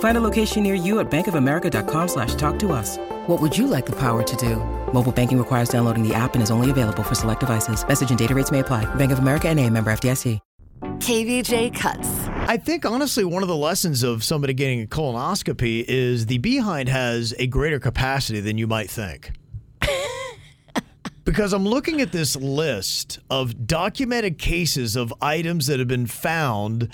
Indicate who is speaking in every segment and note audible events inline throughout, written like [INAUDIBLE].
Speaker 1: Find a location near you at bankofamerica.com slash talk to us. What would you like the power to do? Mobile banking requires downloading the app and is only available for select devices. Message and data rates may apply. Bank of America and a member FDIC.
Speaker 2: KVJ cuts.
Speaker 3: I think honestly, one of the lessons of somebody getting a colonoscopy is the behind has a greater capacity than you might think. because I'm looking at this list of documented cases of items that have been found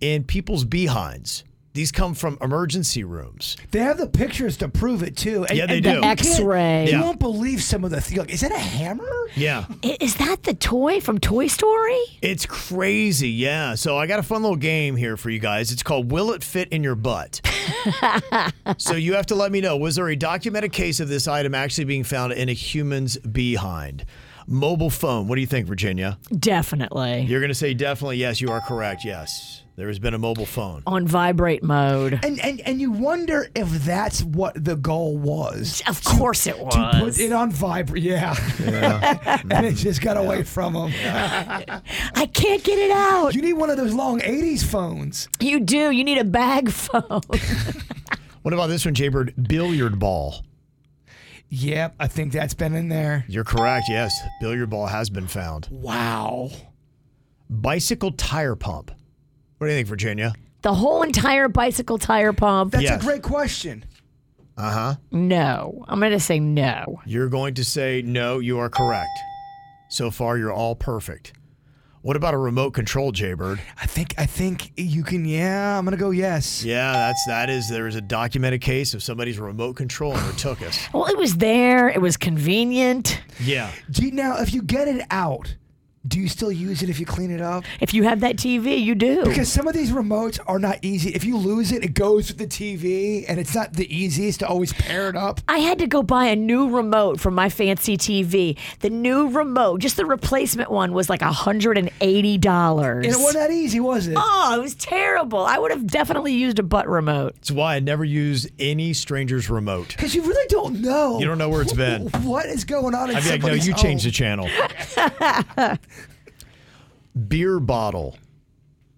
Speaker 3: in people's behinds. These come from emergency rooms.
Speaker 4: They have the pictures to prove it too.
Speaker 3: Yeah, they
Speaker 4: the
Speaker 3: do.
Speaker 4: kid-
Speaker 5: X-ray.
Speaker 4: You
Speaker 3: Yeah.
Speaker 4: won't believe some of the things. Like, is that a hammer?
Speaker 3: Yeah.
Speaker 5: I- Is that the toy from Toy Story?
Speaker 3: It's crazy, yeah. So I got a fun little game here for you guys. It's called Will It Fit in Your Butt? so you have to let me know was there a documented case of this item actually being found in a human's behind? Mobile phone. What do you think, Virginia?
Speaker 5: Definitely.
Speaker 3: You're going to say definitely yes, you are correct. Yes. There has been a mobile phone.
Speaker 5: on vibrate mode.
Speaker 4: And and and you wonder if that's what the goal was.
Speaker 5: Of course it
Speaker 4: To put
Speaker 5: was.
Speaker 4: it on vibrate, yeah, [LAUGHS] and it just got away from them.
Speaker 5: I can't get it out.
Speaker 4: You need one of those long '80s phones.
Speaker 5: You do. You need a bag [LAUGHS] phone.
Speaker 3: What about this one, Jaybird? Billiard ball.
Speaker 4: Yep, I think that's been in there.
Speaker 3: You're correct, yes. Billiard ball has been found.
Speaker 4: Wow.
Speaker 3: Bicycle tire pump. What do you think, Virginia?
Speaker 5: the whole entire bicycle tire pump.
Speaker 4: That's
Speaker 3: Yes.
Speaker 4: a great question.
Speaker 3: Uh huh.
Speaker 5: No. I'm going to say no.
Speaker 3: You're going to say, no, you are correct. So far, you're all perfect. What about a remote control, Jaybird?
Speaker 4: I think I think you can. Yeah, I'm gonna go yes.
Speaker 3: Yeah, that's that is there is a documented case of somebody's remote control and it took us.
Speaker 5: Well, it was there. It was convenient.
Speaker 3: Yeah.
Speaker 4: Do you, now, if you get it out, do you still use it if you clean it up?
Speaker 5: If you have that TV, you do.
Speaker 4: Because some of these remotes are not easy. If you lose it, it goes with the TV, and it's not the easiest to always pair it up.
Speaker 5: I had to go buy a new remote for my fancy TV. The new remote, just the replacement one, was like $180.
Speaker 4: And it wasn't that easy, was it?
Speaker 3: Ah.
Speaker 5: oh, it was terrible. I would have definitely used a butt remote.
Speaker 3: It's why I never use any stranger's remote.
Speaker 4: Because you really don't know.
Speaker 3: You don't know where it's been.
Speaker 4: [LAUGHS] What is going on? In
Speaker 3: I'd be like, no,
Speaker 4: somebody's
Speaker 3: you changed the
Speaker 4: home?"
Speaker 3: channel. Beer bottle.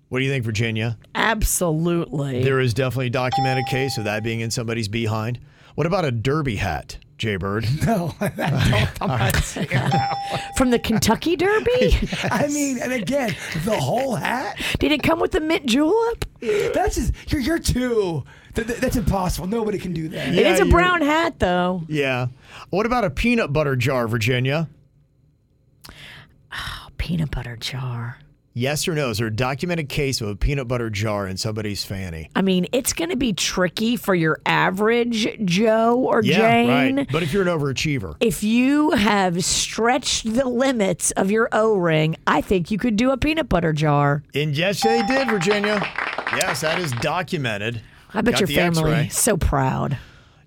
Speaker 3: What do you think, Virginia?
Speaker 5: Absolutely.
Speaker 3: There is definitely a documented case of that being in somebody's behind. What about a derby hat, Jaybird?
Speaker 4: No, I don't. I'm not saying that.
Speaker 5: From the
Speaker 3: [LAUGHS]
Speaker 5: Kentucky Derby?
Speaker 4: [LAUGHS] I mean, and again, the whole hat.
Speaker 5: Did it come with the mint julep?
Speaker 4: That's just you're, you're too. Th- th- that's impossible. Nobody can do that.
Speaker 5: it
Speaker 3: Yeah,
Speaker 5: is a
Speaker 3: you-
Speaker 5: brown hat, though.
Speaker 3: Yeah. What about a peanut butter jar, Virginia?
Speaker 5: A peanut butter jar.
Speaker 3: Yes or no? Is there a documented case of a peanut butter jar in somebody's fanny?
Speaker 5: I mean, it's going to be tricky for your average Joe or Jane.
Speaker 3: right. But if you're an overachiever,
Speaker 5: If you have stretched the limits of your O ring, I think you could do a peanut butter jar.
Speaker 3: and yes, they did, Virginia. Yes, that is documented.
Speaker 5: I bet
Speaker 3: Got
Speaker 5: your
Speaker 3: the
Speaker 5: family
Speaker 3: X-ray.
Speaker 5: so proud.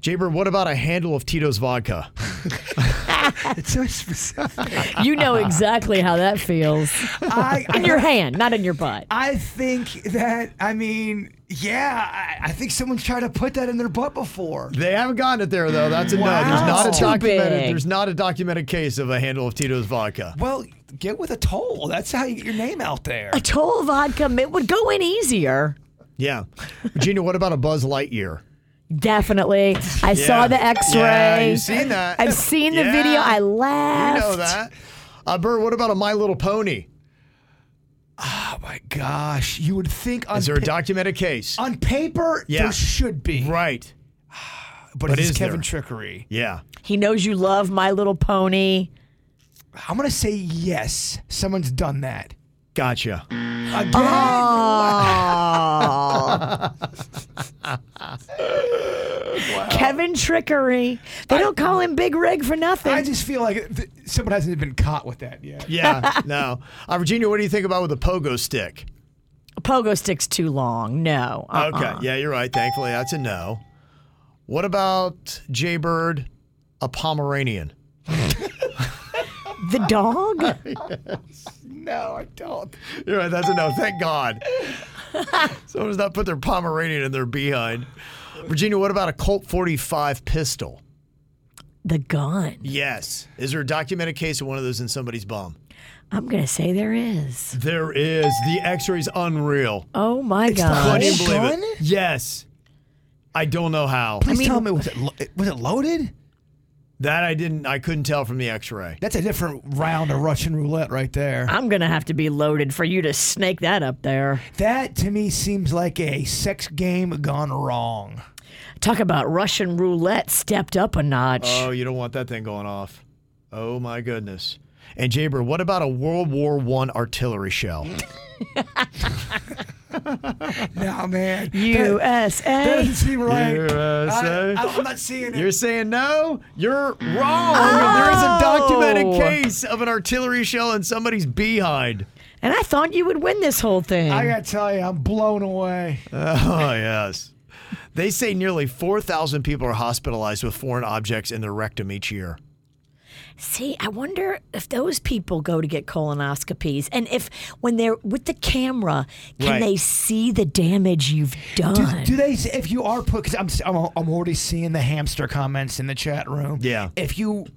Speaker 3: Jaybird, what about a handle of Tito's vodka?
Speaker 4: It's so specific.
Speaker 3: [LAUGHS]
Speaker 5: You know exactly how that feels.
Speaker 4: I, I,
Speaker 5: In your hand, not in your butt.
Speaker 4: I think that I mean, yeah, I, I think someone's tried to put that in their butt before.
Speaker 3: They haven't gotten it there though. That's a no. There's
Speaker 4: Wow.
Speaker 3: not a
Speaker 4: Too
Speaker 3: documented.
Speaker 5: big.
Speaker 3: There's not a documented case of a handle of Tito's vodka.
Speaker 4: Well, get with a toll. That's how you get your name out there.
Speaker 5: A toll vodka, it would go in easier.
Speaker 3: Yeah, Virginia, what about a Buzz Lightyear?
Speaker 5: Definitely. I saw the x ray.
Speaker 3: Yeah, you seen that?
Speaker 5: I've seen the
Speaker 3: Yeah.
Speaker 5: video. I
Speaker 3: You
Speaker 5: laughed.
Speaker 3: know that. Uh, Bird, what about a My Little Pony?
Speaker 4: Oh my gosh, you would think on
Speaker 3: Is there a
Speaker 4: pa-
Speaker 3: documented case?
Speaker 4: on paper
Speaker 3: Yeah.
Speaker 4: there should be,
Speaker 3: Right.
Speaker 4: But,
Speaker 3: but
Speaker 4: it's
Speaker 3: is
Speaker 4: Kevin
Speaker 3: there?
Speaker 4: trickery?
Speaker 3: Yeah.
Speaker 5: He knows you love My Little Pony.
Speaker 4: I'm gonna say yes. Someone's done that.
Speaker 3: Gotcha.
Speaker 4: Again?
Speaker 3: [LAUGHS]
Speaker 5: Oh. Kevin Trickery. They don't call him Big Rig for nothing.
Speaker 4: I just feel like th- someone hasn't been caught with that yet.
Speaker 3: Yeah, no. Uh, Virginia, what do you think about with a pogo stick?
Speaker 5: Pogo stick's too long. No. Uh-uh.
Speaker 3: Okay, yeah, you're right. Thankfully, that's a no. What about Jaybird, a Pomeranian?
Speaker 5: The dog?
Speaker 3: [LAUGHS]
Speaker 4: No, I don't.
Speaker 3: You're right, that's a no. Thank God. Someone does not put their Pomeranian in their behind. Virginia, what about a Colt 45 pistol?
Speaker 5: the gun.
Speaker 3: Yes. Is there a documented case of one of those in somebody's bum?
Speaker 5: I'm going to say there is.
Speaker 3: There is. The x ray's unreal.
Speaker 5: Oh my
Speaker 4: not
Speaker 5: gosh.
Speaker 3: Couldn't
Speaker 4: even-
Speaker 3: believe it.
Speaker 4: gun?
Speaker 3: Yes. I don't know how.
Speaker 4: Please tell me, was it lo- was it loaded?
Speaker 3: That I didn't I couldn't tell from the x-ray.
Speaker 4: That's a different round of Russian roulette right there.
Speaker 5: I'm going to have to be loaded for you to snake that up there.
Speaker 4: That to me seems like a sex game gone wrong.
Speaker 5: Talk about Russian roulette stepped up a notch.
Speaker 3: Oh, you don't want that thing going off. Oh my goodness. And Jaber, what about a World War One artillery shell?
Speaker 4: No, man. That, that
Speaker 5: USA.
Speaker 4: doesn't seem right.
Speaker 3: USA.
Speaker 4: I, am not seeing it.
Speaker 3: You're saying no? You're wrong. There is a documented case of an artillery shell in somebody's behind.
Speaker 5: And I thought you would win this whole thing.
Speaker 4: I gotta tell you, I'm blown away.
Speaker 3: Oh, yes. They say nearly 4,000 people are hospitalized with foreign objects in their rectum each year.
Speaker 5: See, I wonder if those people go to get colonoscopies and if when they're with the camera, can
Speaker 3: Right.
Speaker 5: they see the damage you've
Speaker 4: Do,
Speaker 5: done?
Speaker 4: do they? If you are put, because I'm, s- I'm, I'm already seeing the hamster comments in the chat room.
Speaker 3: Yeah.
Speaker 4: If you,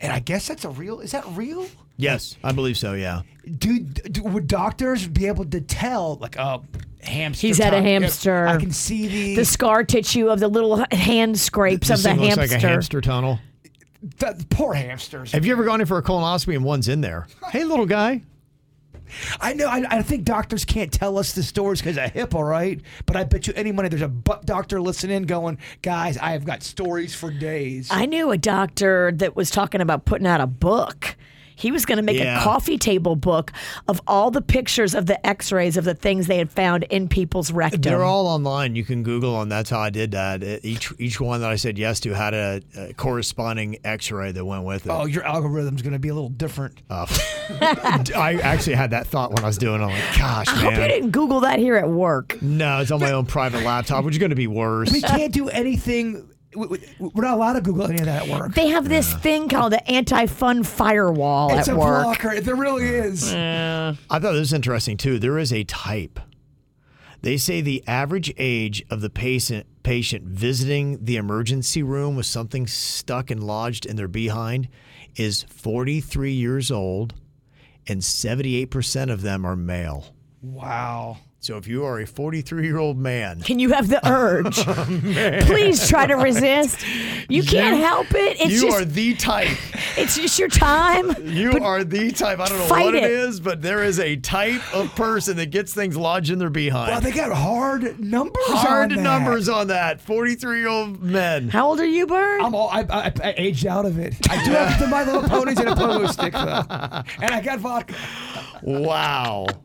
Speaker 4: and I guess that's a real. Is that real?
Speaker 3: Yes, I believe so, yeah.
Speaker 4: Do, do would doctors be able to tell like a hamster?
Speaker 5: He's had a
Speaker 4: time- Yep,
Speaker 5: hamster.
Speaker 4: I can see the.
Speaker 5: the scar tissue of the little h- hand scrapes of
Speaker 3: This
Speaker 5: the
Speaker 3: thing looks
Speaker 5: hamster.
Speaker 3: like a hamster tunnel.
Speaker 4: the poor hamsters.
Speaker 3: Have you ever gone in for a colonoscopy and one's in there? Hey, little guy.
Speaker 4: I know. I, I think doctors can't tell us the stories because of HIPAA, right? But I bet you any money there's a butt doctor listening, going, guys, I have got stories for days.
Speaker 5: I knew a doctor that was talking about putting out a book. He was going to make
Speaker 3: Yeah.
Speaker 5: a coffee table book of all the pictures of the x-rays of the things they had found in people's rectum.
Speaker 3: They're all online. You can Google on. That's how I did that. It- Each each one that I said yes to had a, a corresponding X-ray that went with it.
Speaker 4: oh, your algorithm's going to be a little different.
Speaker 3: Uh, [LAUGHS] I actually had that thought when I was doing. it. I'm like, gosh,
Speaker 5: I hope you
Speaker 3: man.
Speaker 5: didn't Google that here at work.
Speaker 3: No, it's on my own private laptop, which is going to be worse.
Speaker 4: We can't do anything. we- we- We're not allowed to Google any of that at work.
Speaker 5: They have this thing called the anti-fun firewall
Speaker 4: It's
Speaker 5: at
Speaker 4: a
Speaker 5: work.
Speaker 4: blocker. There really is.
Speaker 3: I thought this was interesting too. There is a type. They say the average age of the patient patient visiting the emergency room with something stuck and lodged in their behind is 43 years old, and 78% of them are male.
Speaker 4: Wow.
Speaker 3: So if you are a 43 year old man,
Speaker 5: Can you
Speaker 3: [LAUGHS]
Speaker 5: have the
Speaker 3: Oh,
Speaker 5: urge? Please try to resist.
Speaker 3: [LAUGHS]
Speaker 5: You can't help it. It's
Speaker 3: you
Speaker 5: just
Speaker 3: are the type.
Speaker 5: it's just your time.
Speaker 3: [LAUGHS] You are the type. I don't know
Speaker 5: fight
Speaker 3: what it
Speaker 5: it.
Speaker 3: is, but there is a type of person that gets things lodged in their behind.
Speaker 4: Wow, they got hard numbers.
Speaker 3: Hard
Speaker 4: on that.
Speaker 3: numbers on that. 43 year old men.
Speaker 5: How old are you, Bird?
Speaker 4: I'm all I, I, I aged out of it. I do have the My Little Ponies and a pogo stick though, and I got vodka.
Speaker 3: Wow.